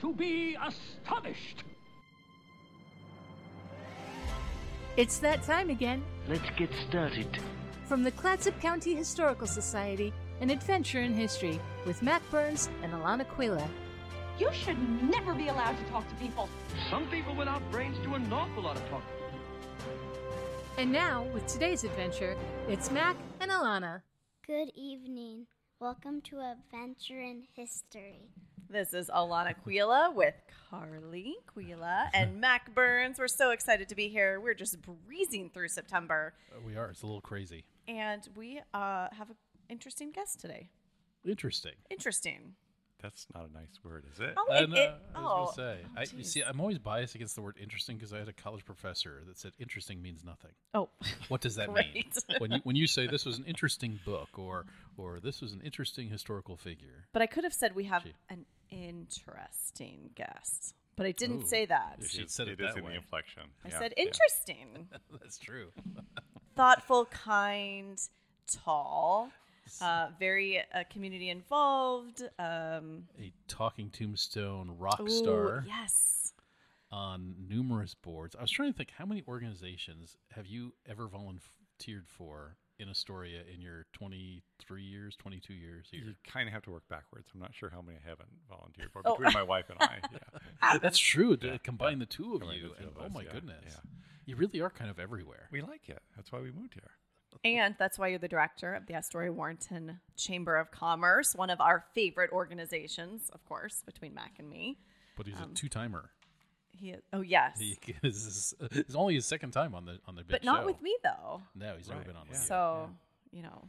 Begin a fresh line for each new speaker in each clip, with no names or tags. to be astonished.
It's that time again.
Let's get started.
From the Clatsop County Historical Society, an adventure in history with Matt Burns and Alana Quila.
You should never be allowed to talk to people.
Some people without brains do an awful lot of talking.
And now, with today's adventure, it's Mac and Alana.
Good evening. Welcome to Adventure in History.
This is Alana Quila with Carly Quila and Mac Burns. We're so excited to be here. We're just breezing through September,
Uh, We are. It's a little crazy.
and we uh, have an interesting guest today.
Interesting.
Interesting.
That's not a nice word, is it?
Oh,
I
it,
know,
it,
uh, I was
oh,
gonna say.
oh,
I, you see,
jeez.
I'm always biased against the word interesting because I had a college professor that said interesting means nothing.
oh,
What does that mean?
Great.
when you when you say this was an interesting book or or this was an interesting historical figure,
but I could have said we have
Gee.
an interesting guest, but I didn't
Ooh.
say that.
If she had
It-
said it,
it is
that
in
way,
the inflection.
I
Yeah,
said
yeah.
interesting,
that's true.
thoughtful, kind, tall, uh, very uh, community involved. Um,
A talking tombstone rock
ooh,
star
yes.
on numerous boards. I was trying to think how many organizations have you ever volunteered for in Astoria in your 23 years, 22 years here?
You kind of have to work backwards. I'm not sure how many I haven't volunteered for
Oh.
between my wife and I. Yeah.
Ah, That's true. To combine the two of
Combine
you,
the two
and,
of
oh
us,
my
yeah,
goodness,
yeah.
you really are kind of everywhere.
We like it. That's why we moved here.
And that's why you're the director of the Astoria Warrenton Chamber of Commerce, one of our favorite organizations, of course, between Mac and me.
But he's
Um,
a two-timer.
He is, oh yes,
He is, it's only his second time on the on the big
but not
show.
with me though.
No, he's never
Right,
been on.
yeah.
With you.
So you know,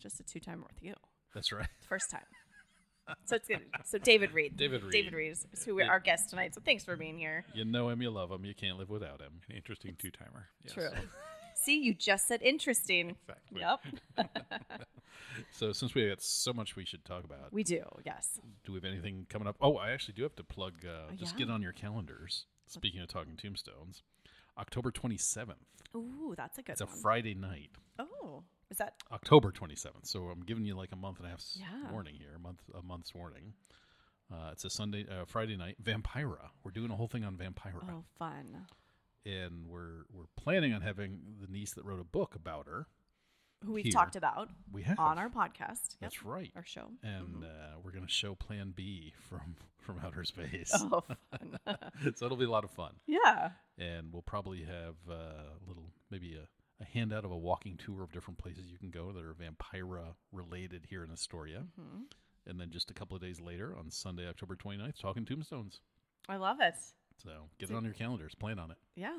just a two time with you,
that's right.
first time. so it's good. So David Reed,
David Reed.
David Reed is is who we- our guest tonight. So thanks for being here.
You know him, you love him, you can't live without him.
An interesting two timer.
True. See, you just said interesting.
Exactly.
Yep,
So since we got so much we should talk about,
we do. Yes.
do we have anything coming up? Oh, I actually do have to plug. Uh, just
Oh, yeah.
get on your calendars. Speaking of talking tombstones, October twenty seventh.
Ooh, that's a good
It's a
one.
Friday night.
oh, is that
October 27th. So I'm giving you like a month and a half
Yeah.
warning here, a month a month's warning. Uh, it's a Sunday, uh, Friday night. Vampira. We're doing a whole thing on Vampira,
oh fun?
and we're we're planning on having the niece that wrote a book about her.
Who we've
Here.
talked about
We have
on our podcast. Yep.
That's right.
Our Mm-hmm. show.
And uh, we're gonna show Plan B from from outer space.
Oh, fun.
so it'll be a lot of fun,
yeah.
and we'll probably have uh, a little maybe a. A handout of a walking tour of different places you can go that are Vampira related here in Astoria.
Mhm.
and then just a couple of days later on Sunday, October 29th, talking tombstones.
I love it.
So get it on your calendars, plan on it.
Yeah.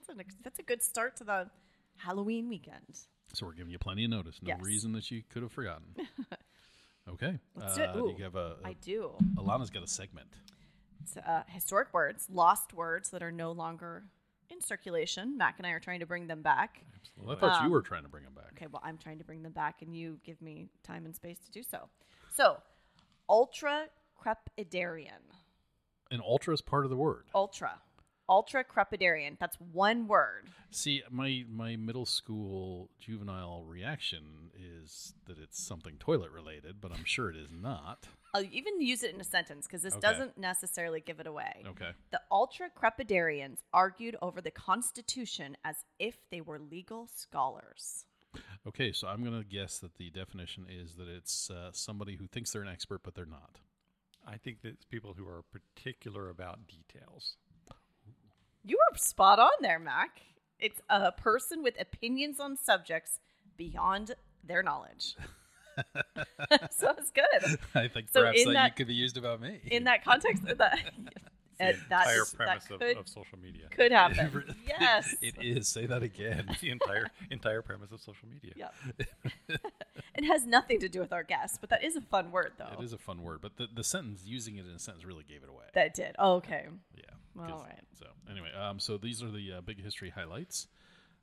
That's, an ex- that's a good start to the Halloween weekend.
So we're giving you plenty of notice. No
Yes.
reason that you could have forgotten. okay.
Let's do it.
do
Ooh,
you have a,
I do.
Alana's got a segment.
It's, uh, historic words, lost words that are no longer in circulation. Mac and I are trying to bring them back.
Well, I thought you
Um,
were trying to bring them back.
Okay, well, I'm trying to bring them back, and you give me time and space to do so. So, ultra crepidarian.
An ultra is part of the word.
Ultra. Ultra crepidarian. That's one word.
See, my my middle school juvenile reaction is that it's something toilet related, but I'm sure it is not.
I'll even use it in a sentence because this
Okay.
doesn't necessarily give it away.
Okay.
The ultra crepidarians argued over the Constitution as if they were legal scholars.
Okay, so I'm going to guess that the definition is that it's uh, somebody who thinks they're an expert but they're not.
I think that it's people who are particular about details.
You were spot on there, Mac. It's a person with opinions on subjects beyond their knowledge. so it's good.
I think
So
perhaps
in
that,
that-
could be used about me.
In that context, that,
The
uh, that,
entire
that
premise of,
could,
of social media.
could happen. yes.
it is. Say that again.
the entire entire premise of social media.
Yep. it has nothing to do with our guest, but that is a fun word, though.
It is a fun word, but the, the sentence using it in a sentence really gave it away.
That it did. Oh, okay.
yeah.
All
'cause-
right.
So anyway, um, so these are the uh, big history highlights,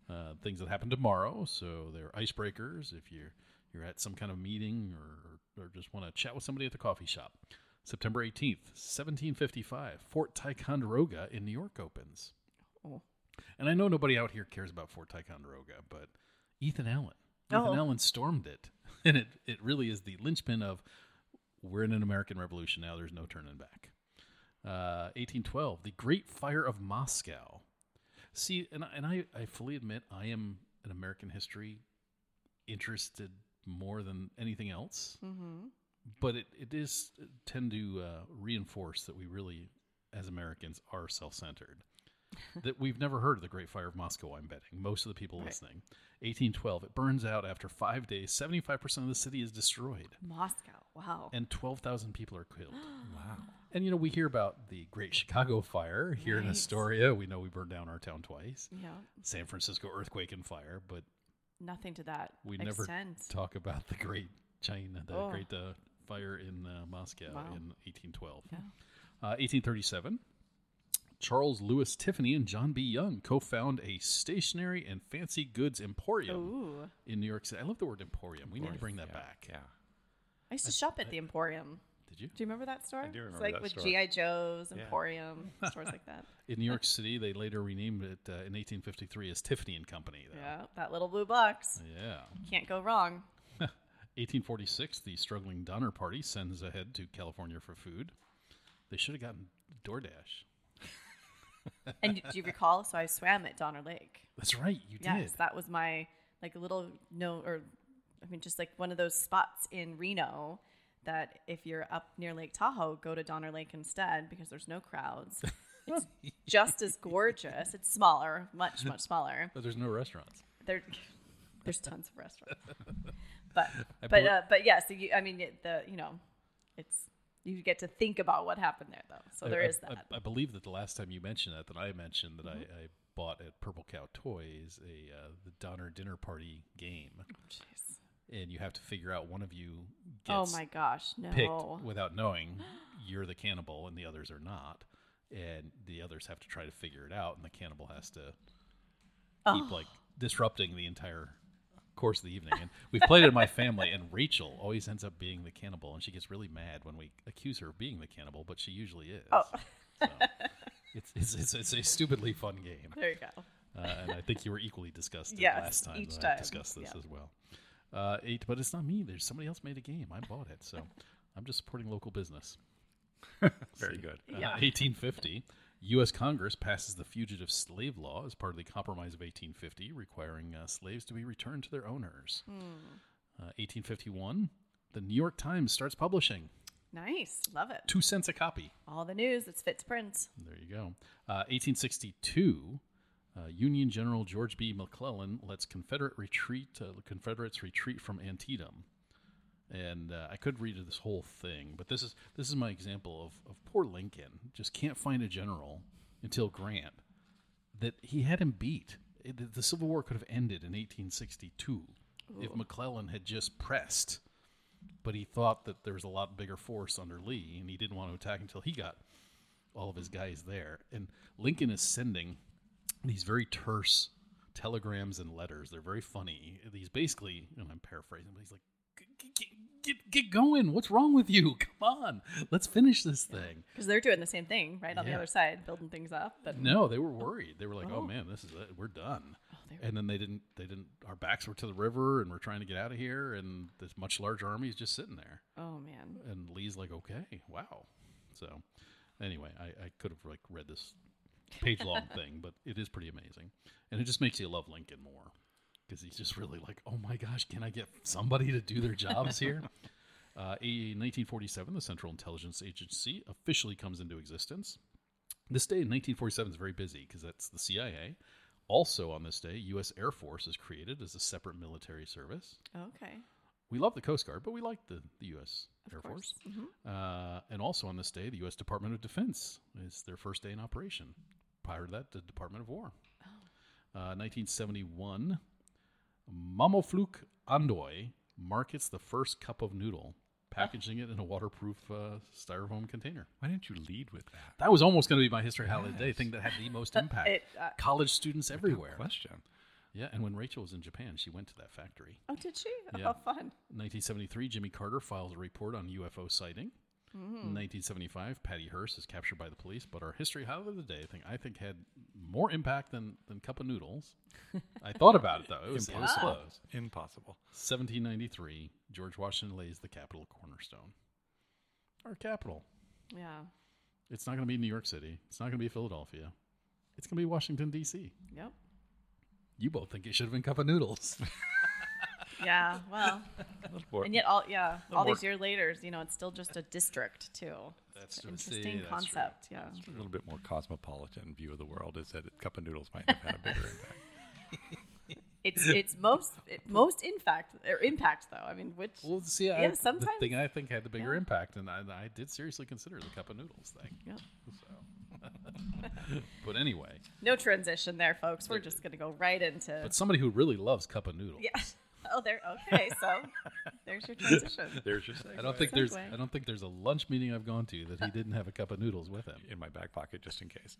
uh, things that happen tomorrow. So they're icebreakers if you're you're at some kind of meeting or or just want to chat with somebody at the coffee shop. September 18th, 1755, Fort Ticonderoga in New York opens.
Oh.
And I know nobody out here cares about Fort Ticonderoga, but Ethan Allen.
Oh.
Ethan Allen stormed it. And it, it really is the linchpin of we're in an American Revolution now. There's no turning back. Uh, 1812, the Great Fire of Moscow. See, and, I- and I, I fully admit I am an American history interested more than anything else.
Mm-hmm.
But it, it is tend to uh, reinforce that we really, as Americans, are self centered. that we've never heard of the Great Fire of Moscow, I'm betting. Most of the people listening. 1812, it burns out after five days. 75% of the city is destroyed,
Moscow. Wow.
and 12,000 people are killed.
Wow.
And you know, we hear about the Great Chicago Fire here in
Right.
Astoria. We know we burned down our town twice.
yeah.
San Francisco earthquake and fire, but
Nothing to that
we never
extent.
talk about the Great China, the
Oh.
Great uh, Fire in uh, Moscow
Wow.
in 1812.
Yeah.
Uh, 1837, Charles Lewis Tiffany and John B. Young co-found a stationery and fancy goods emporium
Ooh.
in New York City. I love the word emporium. We need to bring that
Yeah,
back.
Yeah.
I used to shop at the Emporium.
Did you?
Do you remember that store?
do remember
it's like
that
with
store.
GI Joe's,
Yeah.
Emporium, stores like that.
In New York City, they later renamed it uh, in 1853 as Tiffany and Company. though.
Yeah, that little blue box.
Yeah.
Can't go wrong.
1846, the struggling Donner Party sends ahead to California for food. They should have gotten DoorDash.
And do you recall? So I swam at Donner Lake.
That's right, you
Yes,
did.
that was my like little no, or I mean, just like one of those spots in Reno that if you're up near Lake Tahoe, go to Donner Lake instead because there's no crowds. It's just as gorgeous. It's smaller, much much smaller.
but there's no restaurants.
There, there's tons of restaurants. But
I
but
bel-
uh, but yes, you, I mean it, the you know, it's you get to think about what happened there though. So there
I,
is
I-
that. Mm-hmm.
I, I believe that the last time you mentioned that, that I mentioned that I, I bought at Purple Cow Toys a uh, the Donner Dinner Party game,
Oh, Jeez.
and you have to figure out one of you
Oh
gets
my gosh, no.
picked without knowing you're the cannibal and the others are not. And the others have to try to figure it out, and the cannibal has to keep like disrupting the entire course of the evening. And we've played it in my family, and Rachel always ends up being the cannibal, and she gets really mad when we accuse her of being the cannibal, but she usually is. Oh. so it's, it's, it's, it's a stupidly fun game.
There you go.
Uh, and I think you were equally disgusted
Yes,
last time
each
that I
time,
discussed this
yeah.
as well. Uh, eight, but it's not me. There's somebody else made a game. I bought it, so I'm just supporting local business.
Very good.
Uh, 1850, U.S. Congress passes the Fugitive Slave Law as part of the Compromise of 1850, requiring uh, slaves to be returned to their owners.
Hmm.
Uh, 1851, the New York Times starts publishing
Nice. Love it.
two cents a copy.
All the news, it's Fitzprint.
There you go. Uh, 1862, uh, Union General George B. McClellan lets Confederate retreat, uh, Confederates retreat from Antietam. And uh, I could read this whole thing, but this is this is my example of, of poor Lincoln just can't find a general until Grant that he had him beat. It- the- the Civil War could have ended in 1862 if McClellan had just pressed, but he thought that there was a lot bigger force under Lee, and he didn't want to attack until he got all of his guys there. And Lincoln is sending these very terse telegrams and letters. They're very funny. These basically, and I'm paraphrasing, but he's like, "G- g- get, get going. What's wrong with you? Come on. Let's finish this thing.
Because they're doing the same thing, right? On the
Yeah.
other side, building things up. But
No, they were worried. They were like, "Oh, man, this is it. We're done." and then they didn't. They didn't. Our backs were to the river, and we're trying to get out of here. And this much larger army is just sitting there.
oh man.
And Lee's like, "Okay, wow." So, anyway, I, I could have like read this page long thing, but it is pretty amazing, and it just makes you love Lincoln more because he's just really like, "Oh my gosh, can I get somebody to do their jobs here?" Uh, in 1947, the Central Intelligence Agency officially comes into existence. This day in 1947 is very busy because that's the CIA. Also on this day, U.S. Air Force is created as a separate military service.
Okay.
We love the Coast Guard, but we like the, the U.S. Air
course. Mm-hmm.
Force. Uh, and also on this day, the U.S. Department of Defense is their first day in operation. Prior to that, the Department of War.
Oh.
Uh, 1971, Mamofluke Andoy markets the first cup of noodle, packaging it in a waterproof uh, styrofoam container.
Why didn't you lead with that?
That was almost going to be my history highlight of the day thing that had the most impact.
It, uh,
College students everywhere.
Question.
Yeah, and when Rachel was in Japan, she went to that factory.
Oh, did she?
Yeah.
Oh, fun.
1973, Jimmy Carter files a report on UFO sighting. In 1975, Patty Hearst is captured by the police. But our history highlight of the day thing I think had more impact than than cup of noodles. I thought about it though; it was, it was
Impossible.
close.
Impossible.
1793, George Washington lays the Capitol cornerstone. Our capital.
Yeah.
It's not going to be New York City. It's not going to be Philadelphia. It's going to be Washington D.C.
Yep.
You both think it should have been cup of noodles.
Yeah. Well.
Or-
And yet, all yeah, all
work.
these years later, you know, it's still just a district too.
That's
It's
true.
an
See,
interesting
that's true.
concept. Yeah.
a little bit more cosmopolitan view of the world is that cup of noodles might have had a bigger impact.
It's it's most it, most in fact or impact though. I mean, which
well, see,
Yeah,
I, the
sometimes-
thing I think had the bigger
yeah.
impact, and I, I did seriously consider the cup of noodles thing.
yeah.
But anyway,
no transition there, folks. We're just gonna go right into
but somebody who really loves cup of noodles.
yeah. Oh, there. Okay, so there's your transition.
There's your segue.
I don't think there's
Segue.
I don't think there's a lunch meeting I've gone to that he didn't have a cup of noodles with him.
in my back pocket just in case.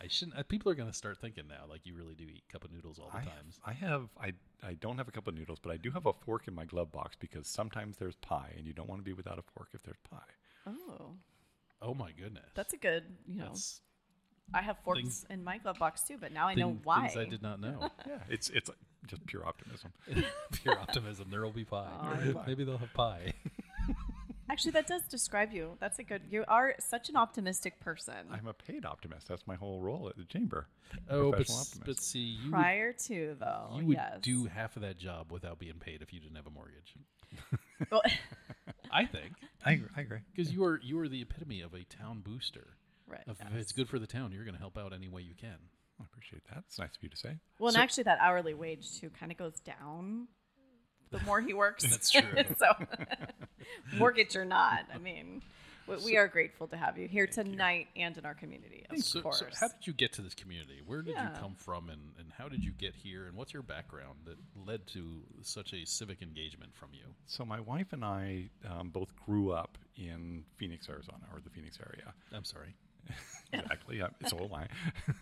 I shouldn't. Uh, people are going to start thinking now, like you really do eat cup of noodles all the
I have,
times.
I have I I don't have a cup of noodles, but I do have a fork in my glove box because sometimes there's pie and you don't want to be without a fork if there's pie.
Oh,
Oh my goodness,
that's a good. You know,
That's
I have forks
things-
in my glove box too, but now I know
thing-
why.
things I did not know.
Yeah, it's it's just pure optimism.
Pure optimism. There will be pie. Maybe they'll have pie.
Actually, that does describe you. That's a good. You are such an optimistic person.
I'm a paid optimist. That's my whole role at the chamber.
oh, but,
Professional
s-
optimist.
but see, you would,
Prior to though,
you would
Oh, yes.
do half of that job without being paid if you didn't have a mortgage.
Well,
I think
I agree. I agree.
because you are you are the epitome of a town booster.
right.
If
yeah.
it's good for the town, you're going to help out any way you can.
I appreciate that. It's nice of you to say.
Well,
So-
and actually, that hourly wage too kind of goes down the more he works.
That's true.
so, mortgage or not, I mean, we, we are grateful to have you here tonight and in our community, of
so,
course.
so how did you get to this community? Where did
Yeah.
you come from, and, and how did you get here? And what's your background that led to such a civic engagement from you?
So my wife and I um, both grew up in Phoenix, Arizona, or the Phoenix area.
I'm sorry.
exactly. Yeah, so am I.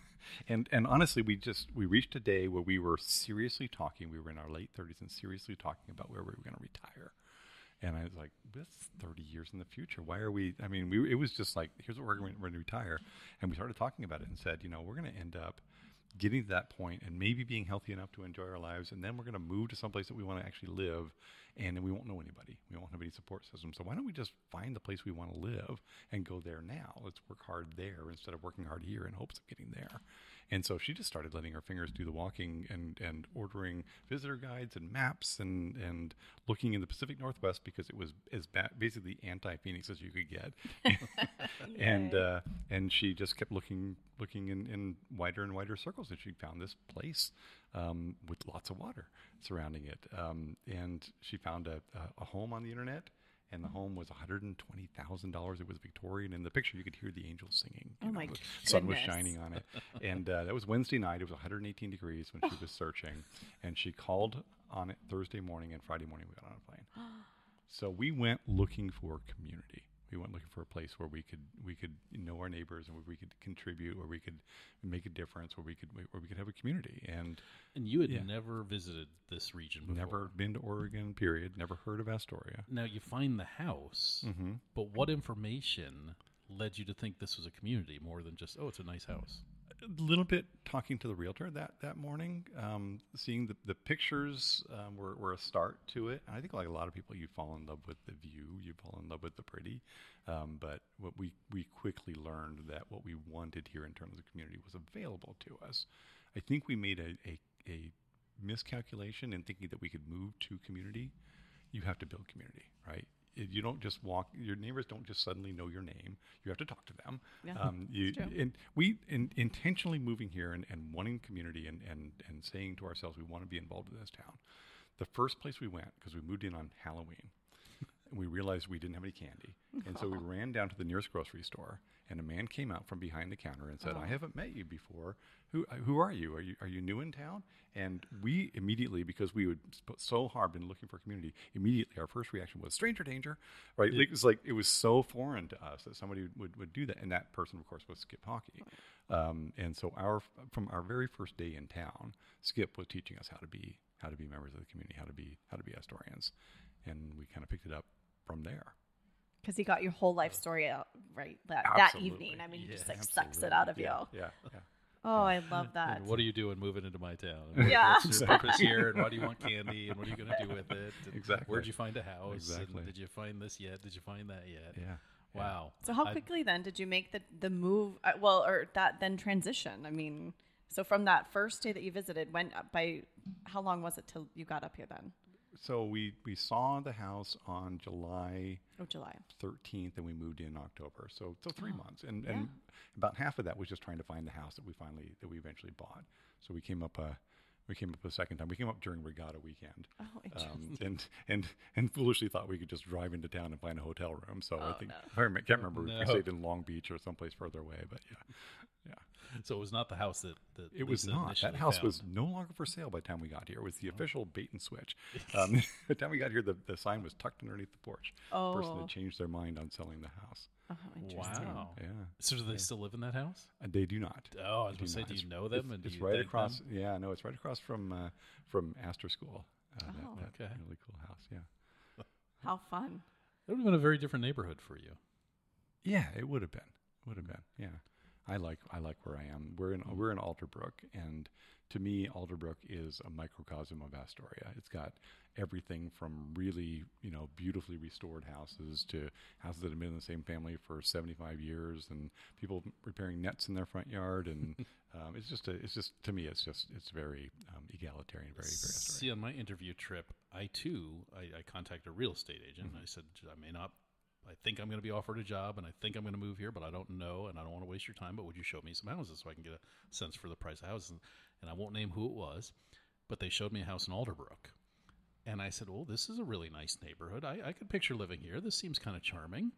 and and honestly, we just we reached a day where we were seriously talking. We were in our late thirties and seriously talking about where we were going to retire. And I was like, "This thirty years in the future. Why are we? I mean, we it was just like, here's what we're going to retire." And we started talking about it and said, you know, we're going to end up getting to that point and maybe being healthy enough to enjoy our lives and then we're going to move to someplace that we want to actually live and then we won't know anybody we won't have any support system so why don't we just find the place we want to live and go there now let's work hard there instead of working hard here in hopes of getting there and so she just started letting her fingers do the walking and and ordering visitor guides and maps and and looking in the pacific northwest because it was as ba- basically anti-phoenix as you could get and uh, and she just kept looking looking in, in wider and wider circles and she found this place um, with lots of water surrounding it um, and she found a, a, a home on the internet and the
Mm-hmm.
home was $120,000. It was Victorian. In the picture, you could hear the angels singing. you
Oh my
the sun was
goodness.
shining on it. And uh, that was Wednesday night. It was 118 degrees when
Oh.
she was searching. And she called on it Thursday morning, and Friday morning, we got on a plane. So we went looking for community. We went looking for a place where we could we could know our neighbors and where we could contribute, where we could make a difference, where we could where we could have a community. And
And you had
Yeah.
never visited this region before.
never been to Oregon, period. Never heard of Astoria.
Now you find the house, but what information led you to think this was a community more than just oh, it's a nice house?
a little bit talking to the realtor that that morning, um, seeing the the pictures um, were, were a start to it. And I think like a lot of people, you fall in love with the view, you fall in love with the pretty. Um, but what we we quickly learned that what we wanted here in terms of community was available to us. I think we made a a, a miscalculation in thinking that we could move to community you have to build community, right? If You don't just walk. Your neighbors don't just suddenly know your name. You have to talk to them. um, you, and we in, intentionally moving here and, and wanting community and, and and saying to ourselves we want to be involved in this town. The first place we went because we moved in on Halloween, and we realized we didn't have any candy, and so we ran down to the nearest grocery store. And a man came out from behind the counter and said, "I haven't met you before. Who uh, who are you? Are you are you new in town?" And we immediately, because we would sp- so hard been looking for community, immediately our first reaction was stranger danger, right? Like, it was like it was so foreign to us that somebody would, would, would do that, and that person, of course, was Skip Hockey. Um, and so our from our very first day in town, Skip was teaching us how to be how to be members of the community, how to be how to be Astorians, and we kind of picked it up from there.
Because he got your whole life story out right that, that
Absolutely.
evening. I mean, he
Yeah,
just like sucks it out of you.
Yeah, yeah.
Oh, I love that.
And what are you doing moving into my town? And what-
Yeah.
What's your purpose here? And why do you want candy? And what are you going to do with it? And
Exactly.
Where'd you find a house?
Exactly.
And did you find this yet? Did you find that yet?
Yeah.
Wow.
So how
I-
quickly then did you make the the move? Uh, well, or that then transition? I mean, so from that first day that you visited, when uh, by how long was it till you got up here then?
So we we saw the house on July
Oh, July.
13th and we moved in October. So so three
Oh,
months. And and about half of that was just trying to find the house that we finally that we eventually bought. So we came up a we came up a second time. We came up during regatta weekend.
Oh,
Um, and and and foolishly thought we could just drive into town and find a hotel room. So
Oh,
I think I rem- can't remember if
No.
we stayed in Long Beach or someplace further away, but yeah.
So it was not the house that, that
It was
Lisa
not. That
initially
house
found. Oh.
was no longer for sale by the time we got here. It was the official bait and switch. Um, by the time we got here, the, the sign was tucked underneath the porch. The person
Oh.
had changed their mind on selling the house.
Oh, interesting.
Wow.
Yeah.
So do they still live in that house?
Uh, They do not.
Oh, I was
They
gonna say,
not.
do you
It's-
know them
It's,
and do
it's
you
right
thank
across.
them?
Yeah, no, it's right across from uh, from Astor School. Uh, that-
Oh.
that
Okay.
Really cool house. Yeah.
How fun.
It would have been a very different neighborhood for you.
Yeah, it would have been. Would have been. Yeah. I like I like where I am. We're in we're in Alderbrook, and to me, Alderbrook is a microcosm of Astoria. It's got everything from really you know beautifully restored houses to houses that have been in the same family for seventy five years, and people repairing nets in their front yard, and um, it's just a, it's just to me, it's just it's very um, egalitarian, very very Astoria.
See, on my interview trip, I too I, I contacted a real estate agent.
Mm-hmm.
I said I may not. I think I'm going to be offered a job, and I think I'm going to move here, but I don't know, and I don't want to waste your time. But would you show me some houses so I can get a sense for the price of houses? And I won't name who it was, but they showed me a house in Alderbrook, and I said, "Well, this is a really nice neighborhood. I, I could picture living here. This seems kind of charming."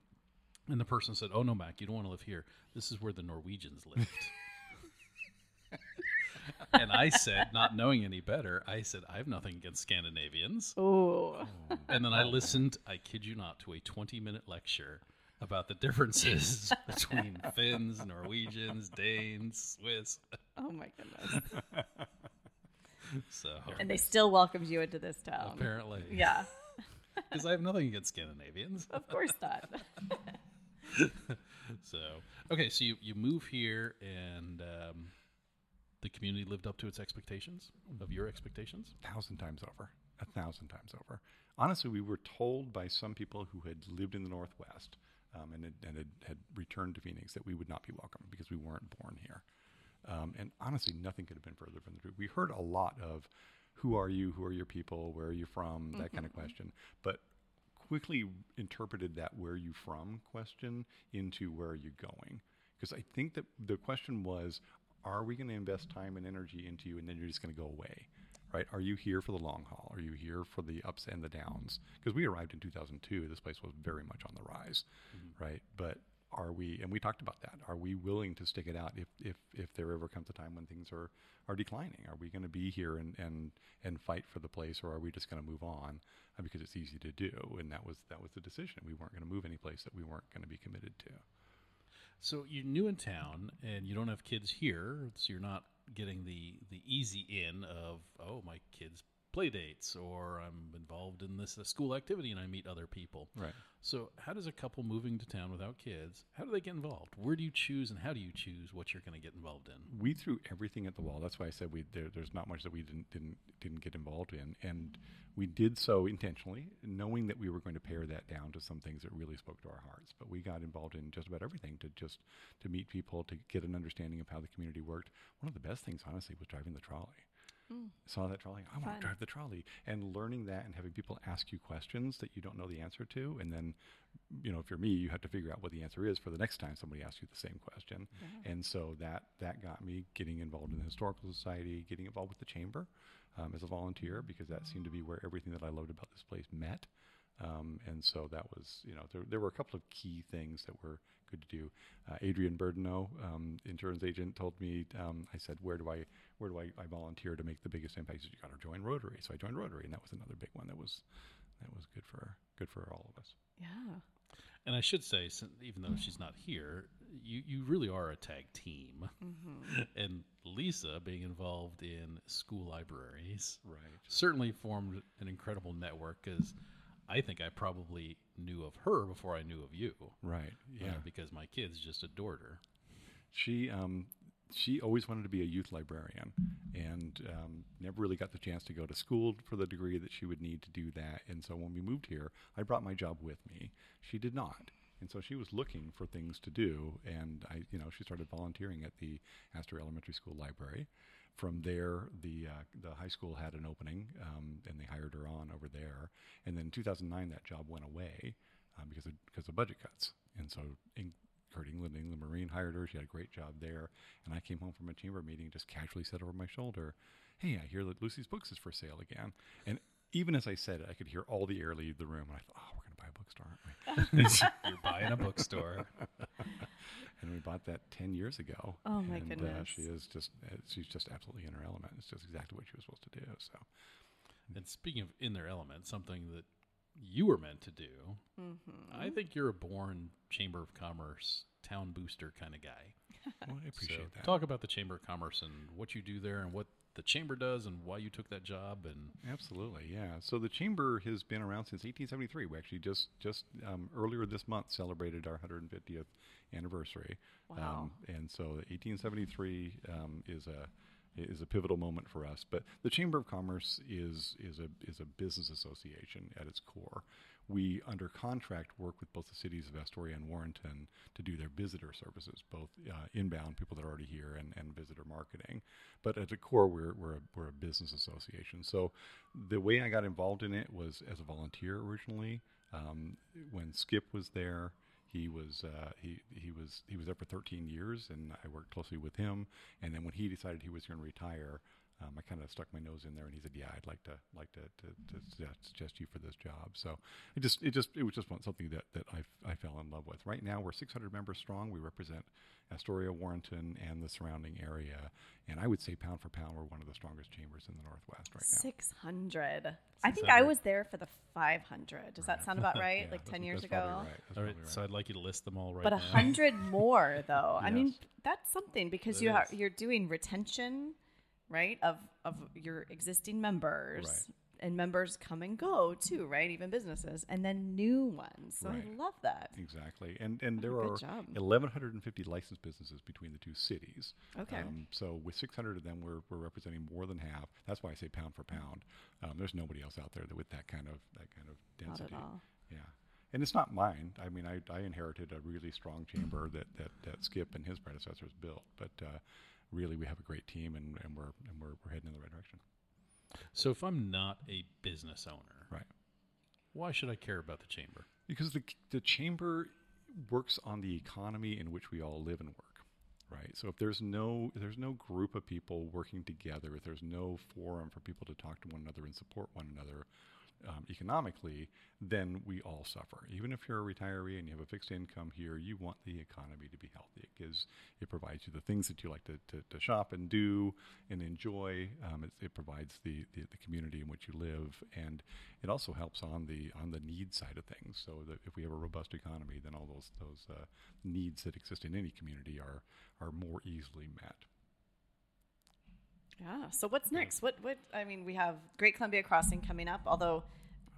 And the person said, "Oh no, Mac, you don't want to live here. This is where the Norwegians lived." and I said, not knowing any better, I said, "I have nothing against Scandinavians."
Oh,
And then I listened, I kid you not, to a 20 minute lecture about the differences between Finns, Norwegians, Danes, Swiss.
oh my goodness.
So
and they still welcomed you into this town.
apparently,
Yeah,
because I have nothing against Scandinavians.
of course not.
So okay, so you you move here, and um, the community lived up to its expectations of your expectations.
thousand times over. A thousand times over. Honestly, we were told by some people who had lived in the Northwest um, and, had, and had, had returned to Phoenix that we would not be welcome because we weren't born here. Um, and honestly, nothing could have been further from the truth. We heard a lot of who are you, who are your people, where are you from, that kind of question. But quickly interpreted that where you from question into where are you going because i think that the question was are we going to invest time and energy into you and then you're just going to go away right are you here for the long haul are you here for the ups and the downs because we arrived in 2002 this place was very much on the rise right but are we and we talked about that are we willing to stick it out if if if there ever comes a time when things are are declining are we going to be here and and and fight for the place or are we just going to move on uh, because it's easy to do and that was that was the decision we weren't going to move any place that we weren't going to be committed to
So you're new in town, and you don't have kids here, so you're not getting the the easy in of oh my kids play dates or I'm involved in this uh, school activity and I meet other people.
right
So, how does a couple moving to town without kids, how do they get involved? Where do you choose and how do you choose what you're going to get involved in?
we threw everything at the wall. That's why I said we there, there's not much that we didn't didn't didn't get involved in, and we did so intentionally, knowing that we were going to pare that down to some things that really spoke to our hearts. But we got involved in just about everything to just to meet people, to get an understanding of how the community worked. One of the best things, honestly, was driving the trolley. Saw that trolley. I want to drive the trolley, and learning that, and having people ask you questions that you don't know the answer to, and then you know, if you're me, you have to figure out what the answer is for the next time somebody asks you the same question. And so that that got me getting involved in the historical society, getting involved with the chamber um, as a volunteer because that seemed to be where everything that I loved about this place met. Um, and so that was, you know, there, there were a couple of key things that were good to do. Uh, Adrian Burdeneau, um, insurance agent, told me, um, I said, where do I, where do I, I volunteer to make the biggest impact? He said, you got to join Rotary. So I joined Rotary and that was another big one that was, that was good for, good for all of us.
Yeah.
And I should say, sin- even though she's not here, you, you really are a tag team.
Mm-hmm.
and Lisa being involved in school libraries
Right.
certainly formed an incredible network because I think I probably knew of her before I knew of you.
Right.
uh,
Yeah.
because my kids just adored her.
She um she always wanted to be a youth librarian and um, never really got the chance to go to school for the degree that she would need to do that. And so when we moved here, I brought my job with me. She did not. And so she was looking for things to do, and I, you know, she started volunteering at the Astor Elementary School library. From there, the uh, the high school had an opening, um, and they hired her on over there. And then in 2009, that job went away um, because of, because of budget cuts. And so in, Kurt England, England Marine hired her. She had a great job there. And I came home from a chamber meeting, just casually said over my shoulder, Hey, I hear that Lucy's Books is for sale again. And even as I said it, I could hear all the air leave the room. And I thought, Oh, we're going to buy a bookstore, aren't we?
You're buying a bookstore.
and we bought that 10 years ago.
Oh, my
and, Uh,
goodness.
she is just, uh, she's just absolutely in her element. It's just exactly what she was supposed to do. So,
And speaking of in their element, something that you were meant to do, I
Mm-hmm.
think you're a born Chamber of Commerce town booster kind of guy.
well, I
So
appreciate that.
Talk about the Chamber of Commerce and what you do there and what the chamber does and why you took that job and
Absolutely, yeah. So the chamber has been around since 1873. We actually just just um, earlier this month celebrated our 150th anniversary. Wow! Um, and so 1873 um, is a is a pivotal moment for us. But the Chamber of Commerce is is a is a business association at its core. We under contract work with both the cities of Astoria and Warrenton to do their visitor services, both uh, inbound people that are already here and, and visitor marketing. But at the core, we're we're a, we're a business association. So the way I got involved in it was as a volunteer originally. Um, when Skip was there, he was uh, he he was he was there for 13 years, and I worked closely with him. And then when he decided he was going to retire, um, I kind of stuck my nose in there, and he said, "Yeah, I'd like to like to to, to suggest- suggest you for this job." So it just it just it was just one- something that that I, f- I fell in love with. Right now we're 600 members strong. We represent Astoria, Warrenton, and the surrounding area. And I would say pound for pound, we're one of the strongest chambers in the Northwest right now.
600. I think I was there for the 500. Does that sound about right?
Yeah,
like
that's-
10 years
that's probably
ago?
right. That's
all right,
probably
so I'd like you to list them all right
But a
now.
hundred more, though. I mean,
Yes.
that's something because
That
you are
is.
you're doing retention, right? Of of your existing members,
Right.
and members come and go too, right? Even businesses, and then new ones. So
Right.
I love that.
Exactly, and and there
Oh, good
are
job.
1,150 licensed businesses between the two cities. Um,
Okay.
so with 600 of them, we're, we're representing more than half. That's why I say pound for pound. Um, there's nobody else out there that with that kind of that kind of
Not at
density.
all.
Yeah. And it's not mine. I mean, I, I inherited a really strong chamber that, that, that Skip and his predecessors built. But uh, really, we have a great team, and, and we're and we're, we're heading in the right direction.
so if I'm not a business owner,
Right.
why should I care about the chamber?
Because the the chamber works on the economy in which we all live and work, right? So if there's no if there's no group of people working together, if there's no forum for people to talk to one another and support one another um, economically, then we all suffer. Even if you're a retiree and you have a fixed income here, you want the economy to be healthy. It gives it provides you the things that you like to, to, to shop and do and enjoy. Um, it, it provides the, the the community in which you live, and it also helps on the on the need side of things. So that if we have a robust economy, then all those those uh, needs that exist in any community are are more easily met.
Yeah. So what's next? What what I mean, we have Great Columbia Crossing coming up, although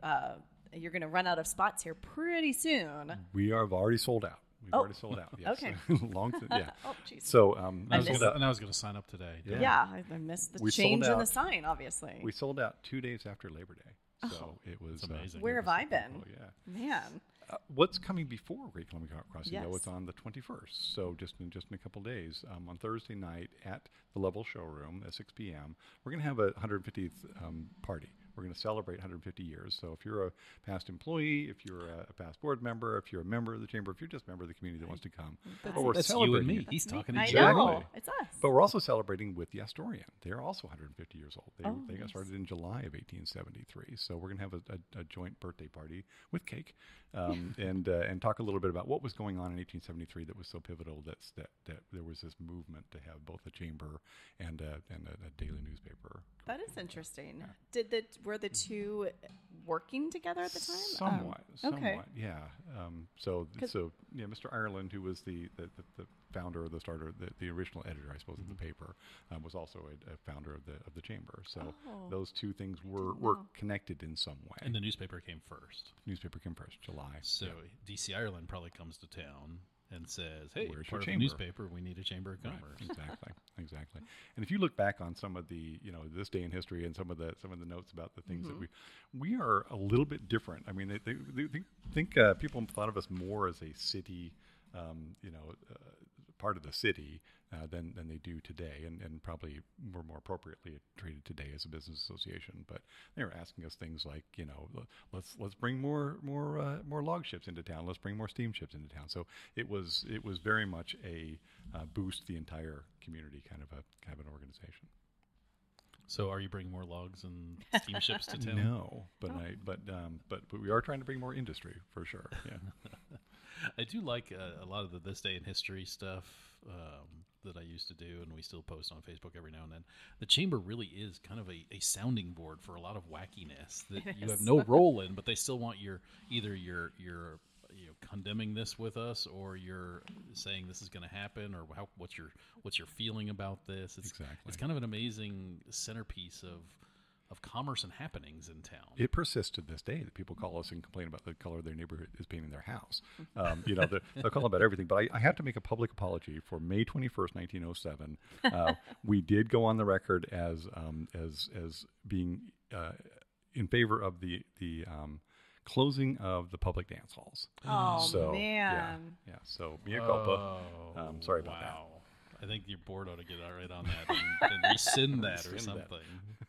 uh, you're going to run out of spots here pretty soon.
We are have already sold out. We've
Oh.
already sold out. Yes.
Okay.
Long. si- yeah.
Oh, jeez.
So um,
I was
missed
gonna, and I was going to sign up today.
yeah,
Yeah.
I, I missed the
We sold
change in the
out.
sign, obviously.
We sold out two days after Labor Day. So it was
That's
uh,
amazing.
Where have I Oh. been?
Oh yeah.
Man.
Uh, what's coming before Great Columbia Cro- Crossing?
Yes.
Though it's on the 21st, so just in just in a couple days, um, on Thursday night at the Level Showroom at 6 p.m., we're going to have a 150th um, party. We're going to celebrate 150 years. So if you're a past employee, if you're a, a past board member, if you're a member of the chamber, if you're just a member of the community that wants to come, but we're
That's you and
celebrating
me.
it.
He's talking to
I
you.
know.
Exactly.
It's us.
But we're also celebrating with the Astorian. They're also 150 years old. They,
Oh,
they
nice.
got started in July of 1873. So we're going to have a, a, a joint birthday party with cake um, and uh, and talk a little bit about what was going on in 1873 that was so pivotal that's, that that there was this movement to have both a chamber and a, and a, a daily newspaper.
That is interesting. Did the were the two working together at the time? Um,
Somewhat, somewhat, yeah. Um, so, so yeah, Mr. Ireland, who was the the, the, the founder, the starter, the, the original editor, I suppose, of the paper, um, was also a, a founder of the of the chamber. So
Oh.
those two things were were connected in some way.
And the newspaper came first.
newspaper came first, July.
So DC Ireland probably comes to town. and says, "Hey,
Where's your
part of the
chamber?"
newspaper. We need a chamber of
Right,
commerce."
exactly, exactly. And if you look back on some of the, you know, this day in history and some of the some of the notes about the things that we we are a little bit different. I mean, they, they, they think, think uh, people thought of us more as a city, um, you know, uh, part of the city uh, than than they do today, and and probably were more appropriately treated today as a business association. But they were asking us things like, you know, l- let's let's bring more more uh, more log ships into town. Let's bring more steamships into town. So it was it was very much a uh, boost the entire community kind of a kind of an organization.
So, are you bringing more logs and steamships to town?
No, but I but um, but but we are trying to bring more industry for sure. Yeah.
I do like uh, a lot of the this day in history stuff um, that I used to do, and we still post on Facebook every now and then. The chamber really is kind of a, a sounding board for a lot of wackiness that you have no role in, but they still want your either your your you know condemning this with us or you're saying this is going to happen or how what's your what's your feeling about this it's
Exactly.
it's kind of an amazing centerpiece of of commerce and happenings in town
It persists to this day that people call us and complain about the color their neighborhood is painting their house. Um, you know, they're- they'll call about everything. But I, I have to make a public apology for May 21st, 1907. Uh, we did go on the record as um, as as being uh, in favor of the the um, closing of the public dance halls.
Oh
Mm-hmm. so
man. Oh,
yeah, yeah. So mea culpa. um, sorry about that.
wow. I think your board ought to get right on that and, and rescind that or
Rescind that.
something.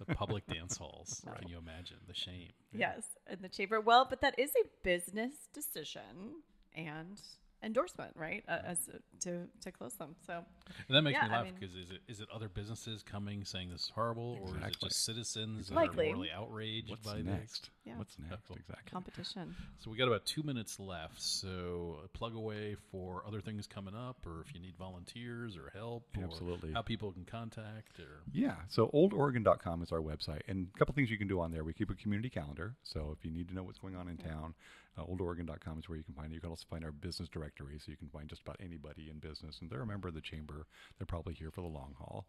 The public dance halls. Can you imagine the shame?
Yes, in the chamber. Well, but that is a business decision and endorsement, right? Uh, as to to close them. So
And that makes
Yeah,
me
I
laugh
mean-
because is it is it other businesses coming saying this is horrible, or is it
Exactly.
just citizens that
Likely.
are morally outraged
What's
by
next?
Yeah.
What's next?
Cool.
Exactly.
competition.
this? So we got about two minutes left. So uh, plug away for other things coming up, or if you need volunteers or help, or
Absolutely.
how people can contact, or
Yeah. So oldoregon.com is our website. And a couple things you can do on there. We keep a community calendar. So if you need to know what's going on in town, uh, oldoregon.com is where you can find it. You can also find our business directory. So you can find just about anybody in business. And they're a member of the chamber. They're probably here for the long haul.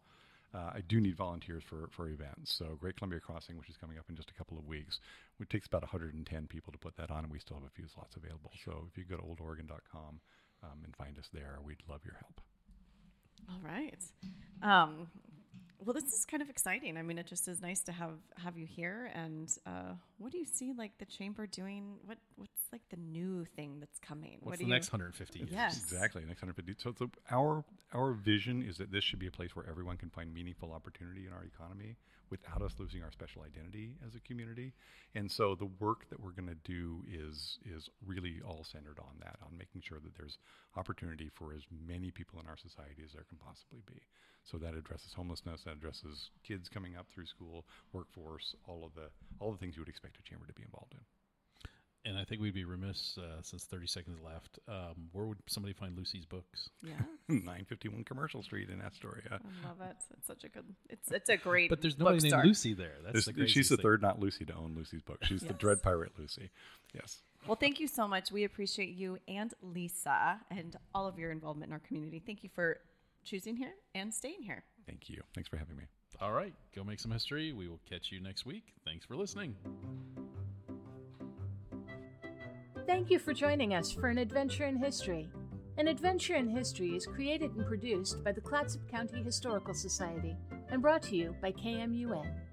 Uh, I do need volunteers for, for events. So Great Columbia Crossing, which is coming up in just a couple of weeks, it takes about 110 people to put that on, and we still have a few slots available. So if you go to oldoregon.com um, and find us there, we'd love your help.
All right. Um, well, this is kind of exciting. I mean, it just is nice to have have you here. And uh, what do you see like the chamber doing? What what's like the new thing that's coming?
what's
what do
the
you,
next 150 years?
Yes.
Exactly, next 150. So, so our our vision is that this should be a place where everyone can find meaningful opportunity in our economy without us losing our special identity as a community. And so the work that we're going to do is is really all centered on that, on making sure that there's opportunity for as many people in our society as there can possibly be. So that addresses homelessness, that addresses kids coming up through school, workforce, all of the all the things you would expect a chamber to be involved in.
And I think we'd be remiss uh, since 30 seconds left. Um, where would somebody find Lucy's books?
Yeah,
951 Commercial Street in Astoria.
I love it. It's such a good. It's it's a great.
But there's nobody
bookstore.
named Lucy there. That's
This-
the
she's
craziest
the
thing.
third not Lucy to own Lucy's book. She's the Dread Pirate Lucy. Yes.
Well, thank you so much. We appreciate you and Lisa and all of your involvement in our community. Thank you for choosing here and staying here.
Thank you. Thanks for having me.
All right, go make some history. We will catch you next week. Thanks for listening.
Thank you for joining us for an adventure in history. An Adventure in History is created and produced by the Clatsop County Historical Society and brought to you by KMUN.